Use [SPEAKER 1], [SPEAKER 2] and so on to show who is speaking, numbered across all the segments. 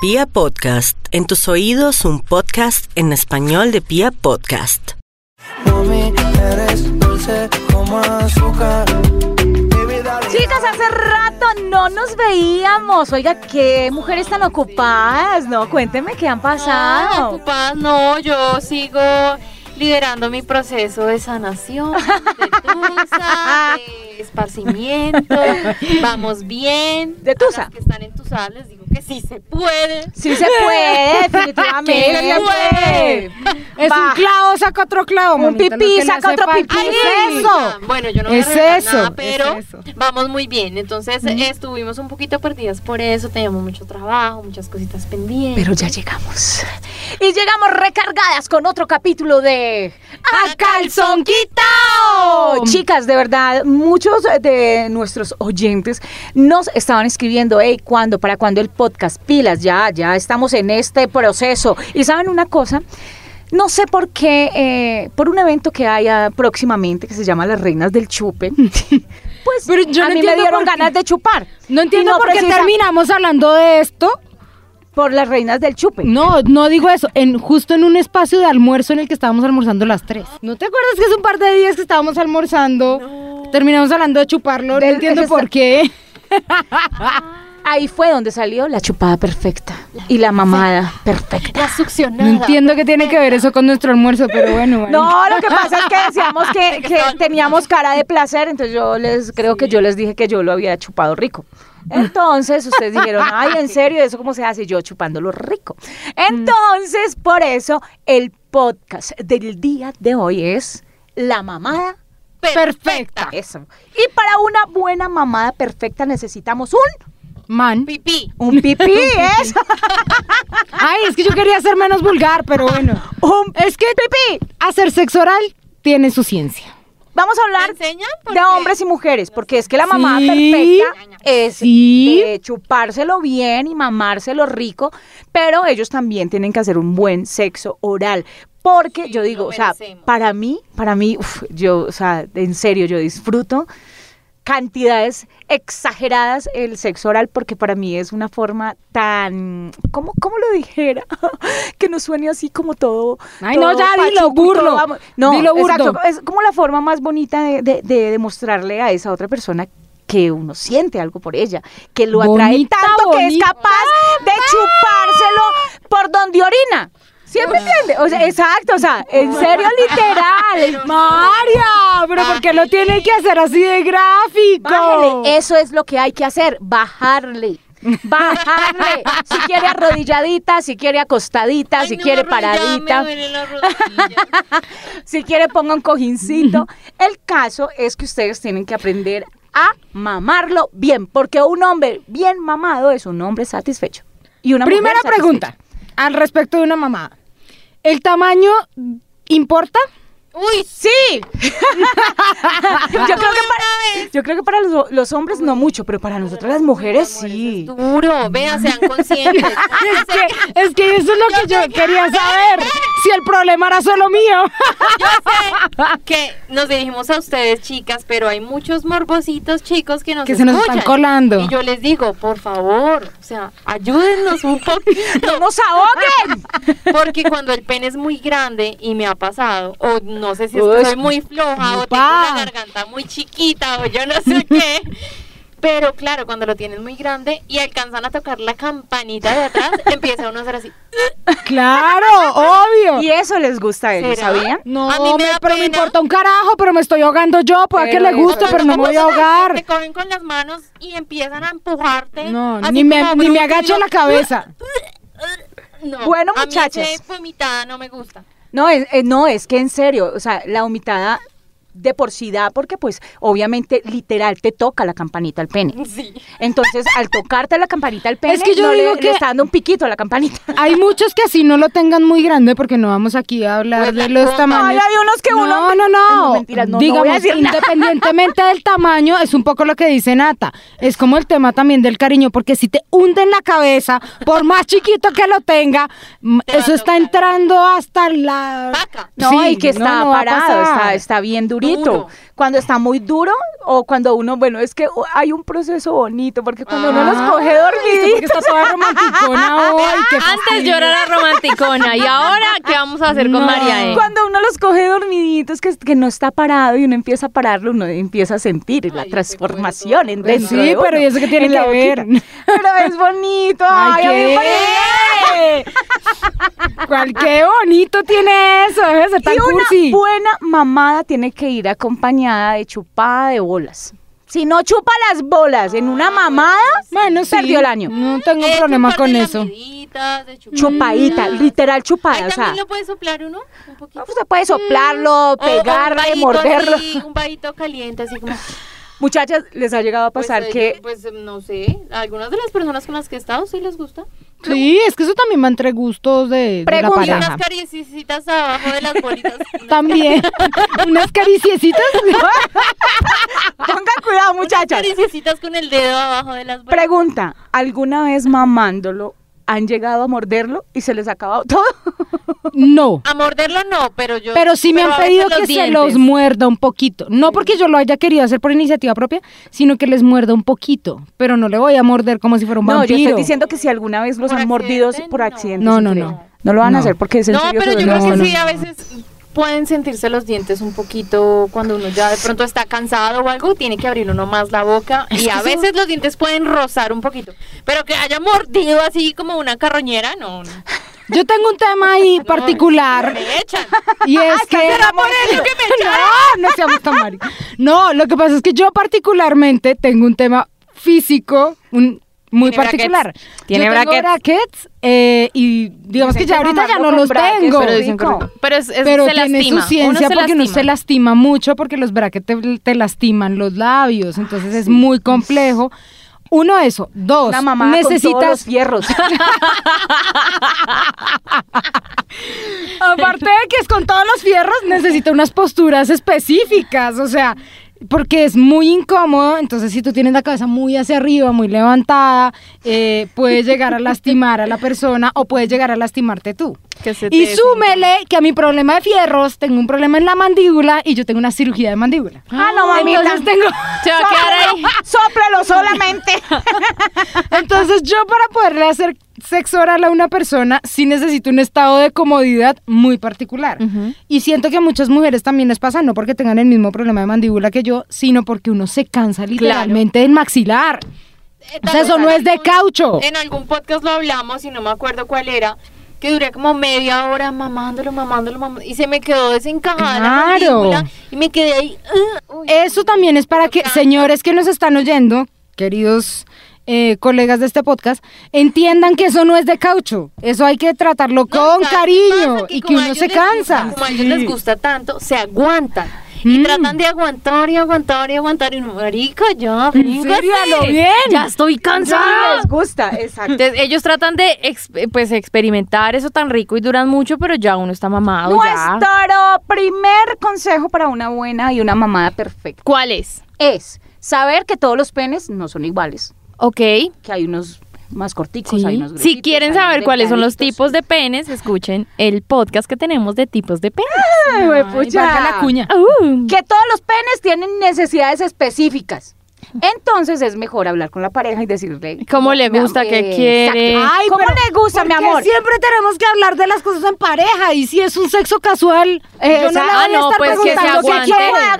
[SPEAKER 1] Pia Podcast, en tus oídos un podcast en español de Pia Podcast.
[SPEAKER 2] Mami, eres dulce como azúcar. Baby, dale.
[SPEAKER 3] Chicas, hace rato no nos veíamos. Oiga, qué mujeres tan ocupadas, ¿no? Cuénteme qué han
[SPEAKER 4] Ah,
[SPEAKER 3] pasado.
[SPEAKER 4] ocupadas, no, yo sigo liderando mi proceso de sanación, de tusa, de esparcimiento, vamos bien.
[SPEAKER 3] De tusa.
[SPEAKER 4] A las que están entusadas les digo que sí se puede.
[SPEAKER 3] Sí se puede, definitivamente.
[SPEAKER 4] ¿Qué
[SPEAKER 3] se puede.
[SPEAKER 5] Es
[SPEAKER 3] Va.
[SPEAKER 5] un clavo, saca otro clavo.
[SPEAKER 3] Un
[SPEAKER 5] mamita, lo
[SPEAKER 3] pipí,
[SPEAKER 5] que le
[SPEAKER 3] saca
[SPEAKER 5] hace
[SPEAKER 3] otro
[SPEAKER 5] falta.
[SPEAKER 3] pipí.
[SPEAKER 4] Ay,
[SPEAKER 3] es
[SPEAKER 4] sí,
[SPEAKER 3] eso?
[SPEAKER 4] hija. Bueno, yo no voy
[SPEAKER 5] Es
[SPEAKER 4] a regalar
[SPEAKER 5] eso,
[SPEAKER 4] nada,
[SPEAKER 5] es
[SPEAKER 4] pero
[SPEAKER 5] eso.
[SPEAKER 4] vamos muy bien. Entonces, eh, estuvimos un poquito perdidas por eso, teníamos mucho trabajo, muchas cositas pendientes.
[SPEAKER 3] Pero ya llegamos. Y llegamos recargadas con otro capítulo de A Calzón Quitao. Chicas, de verdad, muchos de nuestros oyentes nos estaban escribiendo, hey, ¿cuándo? ¿Para cuándo el podcast? Pilas, ya, ya estamos en este proceso. Y saben una cosa, no sé por qué, eh, por un evento que hay ah, próximamente que se llama Las Reinas del Chupe, pues
[SPEAKER 5] Pero yo
[SPEAKER 3] a
[SPEAKER 5] no
[SPEAKER 3] mí me
[SPEAKER 5] entiendo
[SPEAKER 3] dieron
[SPEAKER 5] por qué.
[SPEAKER 3] ganas de chupar.
[SPEAKER 5] No entiendo
[SPEAKER 3] Y
[SPEAKER 5] por qué
[SPEAKER 3] precisa-
[SPEAKER 5] terminamos hablando de esto.
[SPEAKER 3] Por Las Reinas del Chupe.
[SPEAKER 5] No, no digo eso. En, justo en un espacio de almuerzo en el que estábamos almorzando las tres. ¿No te acuerdas que es un par de días que estábamos almorzando? Terminamos hablando de chuparlo.
[SPEAKER 3] Del-
[SPEAKER 5] no entiendo
[SPEAKER 3] es-
[SPEAKER 5] por qué.
[SPEAKER 3] Ahí fue donde salió la chupada perfecta y la mamada perfecta.
[SPEAKER 4] La succionada.
[SPEAKER 5] No entiendo qué tiene que ver eso con nuestro almuerzo, pero bueno. vale.
[SPEAKER 3] No, lo que pasa es que decíamos que, que teníamos cara de placer, entonces yo les creo que yo les dije que yo lo había chupado rico. Entonces ustedes dijeron, ay, en serio, eso cómo se hace yo chupándolo rico. Mm. Entonces, por eso el podcast del día de hoy es la mamada.
[SPEAKER 5] Perfecta.
[SPEAKER 3] Eso. Y para una buena mamada perfecta necesitamos un
[SPEAKER 5] Man.
[SPEAKER 4] Pipí.
[SPEAKER 3] un pipí,
[SPEAKER 5] ¿eh?
[SPEAKER 3] eso.
[SPEAKER 5] Ay, es que yo quería ser menos vulgar, pero bueno.
[SPEAKER 3] Un
[SPEAKER 5] Es que
[SPEAKER 3] pipí.
[SPEAKER 5] hacer sexo oral tiene su ciencia.
[SPEAKER 3] Vamos a
[SPEAKER 4] ¿Me
[SPEAKER 3] hablar
[SPEAKER 4] enseñan?
[SPEAKER 3] de
[SPEAKER 4] Porque-
[SPEAKER 3] hombres y mujeres, porque es que la mamá
[SPEAKER 5] Sí,
[SPEAKER 3] perfecta es
[SPEAKER 5] sí.
[SPEAKER 3] de chupárselo bien y mamárselo rico, pero ellos también tienen que hacer un buen sexo oral. Porque yo digo,
[SPEAKER 4] lo
[SPEAKER 3] o sea,
[SPEAKER 4] merecemos.
[SPEAKER 3] para mí, para mí, uf, yo, o sea, en serio, yo disfruto cantidades exageradas el sexo oral porque para mí es una forma tan, ¿cómo, cómo lo dijera? que no suene así como todo.
[SPEAKER 5] Ay, no,
[SPEAKER 3] todo
[SPEAKER 5] ya dilo,
[SPEAKER 3] pachuco,
[SPEAKER 5] burdo.
[SPEAKER 3] todo amo- No,
[SPEAKER 5] Dilo, burdo.
[SPEAKER 3] exacto, es como la forma más bonita de, de- de demostrarle a esa otra persona que uno siente algo por ella, que lo atrae
[SPEAKER 5] Bonita,
[SPEAKER 3] tanto que es
[SPEAKER 5] bonita.
[SPEAKER 3] capaz de chupárselo por donde orina. ¿Sí me entiende? O sea, exacto, o sea, en serio, literal.
[SPEAKER 5] María, pero ¿por qué lo tiene que hacer así de gráfico?
[SPEAKER 3] Bájale, eso es lo que hay que hacer, bajarle. Bajarle. Si quiere arrodilladita, si quiere acostadita,
[SPEAKER 4] Ay,
[SPEAKER 3] Ah, si
[SPEAKER 4] no,
[SPEAKER 3] quiere
[SPEAKER 4] la rodilla,
[SPEAKER 3] paradita.
[SPEAKER 4] me duele la rodilla.
[SPEAKER 3] Si quiere, ponga un cojincito. El caso es que ustedes tienen que aprender a mamarlo bien, porque un hombre bien mamado es un hombre satisfecho. Y una mujer
[SPEAKER 5] Primera
[SPEAKER 3] satisfecha.
[SPEAKER 5] pregunta al respecto de una mamada. ¿El tamaño importa?
[SPEAKER 4] Uy,
[SPEAKER 3] Sí. yo, creo que para, yo creo que para los, los hombres no mucho, pero para nosotras las mujeres sí.
[SPEAKER 4] duro, vean, sean conscientes.
[SPEAKER 5] Es que, es que eso es lo que yo quería saber. Si el problema era solo mío.
[SPEAKER 4] Yo sé que nos dirigimos a ustedes, chicas, pero hay muchos morbositos chicos que nos
[SPEAKER 5] Que se nos están
[SPEAKER 4] escuchan.
[SPEAKER 5] colando.
[SPEAKER 4] Y yo les digo, por favor, o sea, ayúdennos un
[SPEAKER 3] ¡No
[SPEAKER 4] poquito,
[SPEAKER 3] nos ahoguen!
[SPEAKER 4] porque cuando el pene es muy grande y me ha pasado, o no sé si es que
[SPEAKER 3] Uy,
[SPEAKER 4] soy muy floja, o tengo
[SPEAKER 5] upa.
[SPEAKER 4] la garganta muy chiquita, o yo no sé qué. Pero claro, cuando lo tienes muy grande y alcanzan a tocar la campanita de atrás, empieza uno a hacer así.
[SPEAKER 5] Claro, obvio.
[SPEAKER 3] Y eso les gusta a ellos,
[SPEAKER 4] ¿Será?
[SPEAKER 3] ¿sabían?
[SPEAKER 5] No,
[SPEAKER 4] A mí me
[SPEAKER 5] me-
[SPEAKER 4] da
[SPEAKER 5] pero me
[SPEAKER 4] pena.
[SPEAKER 5] importa un carajo, pero me estoy ahogando yo. Puede que
[SPEAKER 3] Pero
[SPEAKER 5] le
[SPEAKER 3] eso
[SPEAKER 5] guste,
[SPEAKER 3] no
[SPEAKER 5] pero no me voy a
[SPEAKER 4] ¿Cómo será?
[SPEAKER 5] ahogar.
[SPEAKER 4] Te cogen con las manos y empiezan a empujarte.
[SPEAKER 5] No,
[SPEAKER 4] así
[SPEAKER 5] ni me,
[SPEAKER 4] como
[SPEAKER 5] ni me
[SPEAKER 4] bruto,
[SPEAKER 5] agacho
[SPEAKER 4] y
[SPEAKER 5] la
[SPEAKER 4] yo,
[SPEAKER 5] cabeza.
[SPEAKER 4] No,
[SPEAKER 3] Bueno,
[SPEAKER 4] a mí
[SPEAKER 3] muchachas.
[SPEAKER 4] ese vomitada no me gusta.
[SPEAKER 3] No, es, eh, no, es que en serio, o sea, la vomitada de por sí da, porque pues obviamente literal te toca la campanita al pene.
[SPEAKER 4] Sí.
[SPEAKER 3] Entonces, al tocarte la campanita al pene,
[SPEAKER 5] Es que yo
[SPEAKER 3] no le-
[SPEAKER 5] digo
[SPEAKER 3] le,
[SPEAKER 5] que-
[SPEAKER 3] está dando un piquito a la campanita.
[SPEAKER 5] Hay muchos que así no lo tengan muy grande porque no vamos aquí a hablar
[SPEAKER 4] Pues la
[SPEAKER 5] de los
[SPEAKER 4] copa.
[SPEAKER 3] Ay,
[SPEAKER 5] tamaños.
[SPEAKER 3] hay unos que
[SPEAKER 5] no,
[SPEAKER 3] uno...
[SPEAKER 5] no, no,
[SPEAKER 3] Ay, mentira, no, no
[SPEAKER 5] Digamos,
[SPEAKER 3] voy a decir nada.
[SPEAKER 5] independientemente del tamaño, es un poco lo que dice Nata. Es como el tema también del cariño, porque si te hunden la cabeza, por más chiquito que lo tenga, m-
[SPEAKER 4] Te va a
[SPEAKER 5] eso está
[SPEAKER 4] tocar.
[SPEAKER 5] entrando hasta la...
[SPEAKER 4] Paca.
[SPEAKER 3] No,
[SPEAKER 5] Sí,
[SPEAKER 3] y que está
[SPEAKER 5] no, no va a
[SPEAKER 3] parado,
[SPEAKER 5] pasar.
[SPEAKER 3] está, está bien durito. bonito.
[SPEAKER 4] duro.
[SPEAKER 3] Cuando está muy duro o cuando uno, bueno, es que uh, hay un proceso bonito, porque cuando uno los coge
[SPEAKER 5] Ah, Porque
[SPEAKER 3] dormiditos.
[SPEAKER 5] está toda romanticona hoy.
[SPEAKER 3] Ah,
[SPEAKER 5] qué
[SPEAKER 6] Antes
[SPEAKER 5] fastidio.
[SPEAKER 6] yo era la romanticona y ahora, ¿qué vamos a hacer con
[SPEAKER 5] No.
[SPEAKER 6] María E?
[SPEAKER 3] Cuando uno los coge dormiditos, que, que no está parado y uno empieza a pararlo, uno empieza a sentir la transformación en
[SPEAKER 5] Pues
[SPEAKER 3] dentro
[SPEAKER 5] sí,
[SPEAKER 3] de uno,
[SPEAKER 5] pero ¿y eso qué tiene
[SPEAKER 3] en la
[SPEAKER 5] que ver?
[SPEAKER 3] boquita. Pero es bonito.
[SPEAKER 5] Ay,
[SPEAKER 3] ay, a mí me
[SPEAKER 5] ¿qué?
[SPEAKER 3] parece-
[SPEAKER 5] ¿Cuál, qué bonito tiene eso, deje de ser tan
[SPEAKER 3] ah, Y una
[SPEAKER 5] cursi.
[SPEAKER 3] buena mamada tiene que ir acompañada de chupada de bolas. Si no chupa las bolas en
[SPEAKER 4] Ah,
[SPEAKER 3] una mamada,
[SPEAKER 5] Bueno, sí. Mm.
[SPEAKER 3] perdió el año.
[SPEAKER 5] No tengo
[SPEAKER 4] Eh,
[SPEAKER 5] problema
[SPEAKER 4] chupar
[SPEAKER 5] con
[SPEAKER 4] de
[SPEAKER 5] eso.
[SPEAKER 4] lamiditas, de chupadas.
[SPEAKER 3] chupadita, literal
[SPEAKER 4] Ahí
[SPEAKER 3] chupada, o sea,
[SPEAKER 4] también lo puede soplar uno un
[SPEAKER 5] Ah,
[SPEAKER 4] poquito.
[SPEAKER 5] pues,
[SPEAKER 4] Mm.
[SPEAKER 3] usted puede soplarlo,
[SPEAKER 4] O- o un
[SPEAKER 3] pegarle,
[SPEAKER 4] vaíto
[SPEAKER 3] morderlo.
[SPEAKER 4] así, un vaito caliente, así como.
[SPEAKER 3] Muchachas, les ha llegado a
[SPEAKER 4] pues,
[SPEAKER 3] pasar
[SPEAKER 4] eh,
[SPEAKER 3] que
[SPEAKER 4] Pues eh, no sé. Algunas de las personas con las que he estado sí les gusta.
[SPEAKER 5] Sí, es que eso también va entre gustos de, de la
[SPEAKER 3] Pregunta.
[SPEAKER 4] Y unas
[SPEAKER 5] pareja.
[SPEAKER 4] cariecitas abajo de las bolitas.
[SPEAKER 5] También. Unas cariciecitas.
[SPEAKER 3] pongan cuidado,
[SPEAKER 4] Unas
[SPEAKER 3] muchachas.
[SPEAKER 4] Cariecitas con el dedo abajo de las bolitas.
[SPEAKER 3] Pregunta, ¿alguna vez mamándolo han llegado a morderlo y se les ha acabado todo?
[SPEAKER 5] No.
[SPEAKER 4] A morderlo no, pero yo.
[SPEAKER 5] Pero sí me
[SPEAKER 4] pero
[SPEAKER 5] han
[SPEAKER 4] a veces
[SPEAKER 5] pedido
[SPEAKER 4] los
[SPEAKER 5] que se
[SPEAKER 4] dientes.
[SPEAKER 5] los muerda un poquito. No porque yo lo haya querido hacer por iniciativa propia, sino que les muerda un poquito. Pero no le voy a morder como si fuera un
[SPEAKER 3] No, yo
[SPEAKER 5] vampiro.
[SPEAKER 3] estoy diciendo que si alguna vez los
[SPEAKER 4] Por
[SPEAKER 3] han mordido
[SPEAKER 4] accidente,
[SPEAKER 3] por
[SPEAKER 4] no.
[SPEAKER 3] accidente.
[SPEAKER 5] No,
[SPEAKER 3] sin
[SPEAKER 5] no,
[SPEAKER 3] querer.
[SPEAKER 5] no.
[SPEAKER 3] No lo van a
[SPEAKER 5] No.
[SPEAKER 3] hacer porque es en
[SPEAKER 4] No,
[SPEAKER 3] serio
[SPEAKER 4] pero
[SPEAKER 3] que
[SPEAKER 4] yo
[SPEAKER 3] duele.
[SPEAKER 4] creo que
[SPEAKER 5] no,
[SPEAKER 4] sí, a veces pueden sentirse los dientes un poquito cuando uno ya de pronto está cansado o algo, tiene que abrir uno más la boca y a veces los dientes pueden rozar un poquito, pero que haya mordido así como una carroñera, no. no.
[SPEAKER 5] Yo tengo un tema ahí particular.
[SPEAKER 4] Me echan.
[SPEAKER 5] Y
[SPEAKER 6] Ah,
[SPEAKER 5] es que. No, no seamos tan mari- No, lo que pasa es que yo particularmente tengo un tema físico un- muy
[SPEAKER 6] Tiene
[SPEAKER 5] particular.
[SPEAKER 6] brackets. Tiene
[SPEAKER 5] yo
[SPEAKER 6] brackets.
[SPEAKER 5] Tengo brackets eh, y digamos que
[SPEAKER 3] Dicen
[SPEAKER 5] ya
[SPEAKER 3] que
[SPEAKER 5] ahorita ya
[SPEAKER 3] mamarlo
[SPEAKER 5] no
[SPEAKER 3] con
[SPEAKER 5] los
[SPEAKER 3] brackets,
[SPEAKER 5] tengo.
[SPEAKER 3] pero dicen que
[SPEAKER 5] Rico.
[SPEAKER 3] rico.
[SPEAKER 6] Pero es, es-
[SPEAKER 5] pero
[SPEAKER 6] se
[SPEAKER 5] tiene
[SPEAKER 6] lastima.
[SPEAKER 5] su ciencia
[SPEAKER 6] uno se
[SPEAKER 5] porque
[SPEAKER 6] lastima.
[SPEAKER 5] uno se lastima mucho porque los brackets te, te lastiman los labios,
[SPEAKER 6] Ah,
[SPEAKER 5] entonces es muy complejo. Uno eso, dos,
[SPEAKER 3] Una mamá con todos los
[SPEAKER 5] necesitas
[SPEAKER 3] fierros.
[SPEAKER 5] aparte de que es con todos los fierros, necesita unas posturas específicas, o sea, porque es muy incómodo, entonces si tú tienes la cabeza muy hacia arriba, muy levantada, eh, puedes llegar a lastimar a la persona o puedes llegar a lastimarte tú.
[SPEAKER 6] Que se
[SPEAKER 5] Y
[SPEAKER 6] te-
[SPEAKER 5] súmele que a mi problema de fierros tengo un problema en la mandíbula y yo tengo una cirugía de mandíbula.
[SPEAKER 3] Ah, no, mamita.
[SPEAKER 5] Entonces tengo...
[SPEAKER 6] Se va a quedar ahí.
[SPEAKER 3] Sóplelo solamente.
[SPEAKER 5] Entonces yo para poderle hacer sexo oral a una persona sí necesito un estado de comodidad muy particular. Y siento que a muchas mujeres también les pasa, no porque tengan el mismo problema de mandíbula que yo, sino porque uno se cansa literalmente del maxilar.
[SPEAKER 4] Eh,
[SPEAKER 5] O sea, eso no es de caucho.
[SPEAKER 4] En algún podcast lo hablamos y no me acuerdo cuál era. Que duré como media hora mamándolo, mamándolo, mamándolo. Y se me quedó desencajada la
[SPEAKER 5] Claro. Eh,
[SPEAKER 4] mandíbula. Y me quedé ahí. uh, uy.
[SPEAKER 5] Eso también es para que, señores que nos están oyendo, queridos eh, colegas de este podcast, entiendan que eso no es de caucho. Eso hay que tratarlo
[SPEAKER 4] No,
[SPEAKER 5] con
[SPEAKER 4] ¿sabes qué
[SPEAKER 5] cariño
[SPEAKER 4] pasa?
[SPEAKER 5] y que
[SPEAKER 4] como a
[SPEAKER 5] uno
[SPEAKER 4] ellos
[SPEAKER 5] se
[SPEAKER 4] les gusta-
[SPEAKER 5] cansa.
[SPEAKER 4] Como a ellos les gusta tanto, se aguantan. Y
[SPEAKER 5] Mm.
[SPEAKER 4] tratan de aguantar y aguantar y aguantar. Y no, marica, ya,
[SPEAKER 5] ¿En serio?
[SPEAKER 4] véngase.
[SPEAKER 5] A lo bien.
[SPEAKER 6] Ya estoy
[SPEAKER 3] Sí,
[SPEAKER 6] cansada.
[SPEAKER 3] les gusta, exacto.
[SPEAKER 6] Entonces, ellos tratan de exp- pues experimentar eso tan rico y duran mucho, pero ya uno está mamado ya.
[SPEAKER 3] Nuestro primer consejo para una buena y una mamada perfecta
[SPEAKER 6] ¿Cuál es?
[SPEAKER 3] es saber que todos los penes no son iguales,
[SPEAKER 6] Ok.
[SPEAKER 3] que hay unos más corticos,
[SPEAKER 6] Sí.
[SPEAKER 3] hay unos
[SPEAKER 6] Si
[SPEAKER 3] gruesitos,
[SPEAKER 6] quieren
[SPEAKER 3] hay unos
[SPEAKER 6] saber cuáles son los
[SPEAKER 3] delgaditos.
[SPEAKER 6] tipos de penes, escuchen el podcast que tenemos de tipos de penes.
[SPEAKER 3] Ay, huepucha.
[SPEAKER 5] Valga la cuña.
[SPEAKER 6] Uh.
[SPEAKER 3] Que todos los penes tienen necesidades específicas. Entonces es mejor hablar con la pareja y decirle
[SPEAKER 6] ¿Cómo le
[SPEAKER 3] Mi am-
[SPEAKER 6] gusta? ¿Qué
[SPEAKER 3] eh,
[SPEAKER 6] quiere?
[SPEAKER 3] exacto.
[SPEAKER 5] Ay,
[SPEAKER 3] ¿Cómo
[SPEAKER 5] pero
[SPEAKER 3] le gusta, mi
[SPEAKER 5] ¿por qué
[SPEAKER 3] amor?
[SPEAKER 5] Siempre tenemos que hablar de las cosas en pareja y si es un sexo casual,
[SPEAKER 3] Eh,
[SPEAKER 5] yo no le voy
[SPEAKER 6] ah,
[SPEAKER 5] a
[SPEAKER 6] no,
[SPEAKER 5] estar
[SPEAKER 6] pues que se
[SPEAKER 5] preguntando qué
[SPEAKER 6] aguante.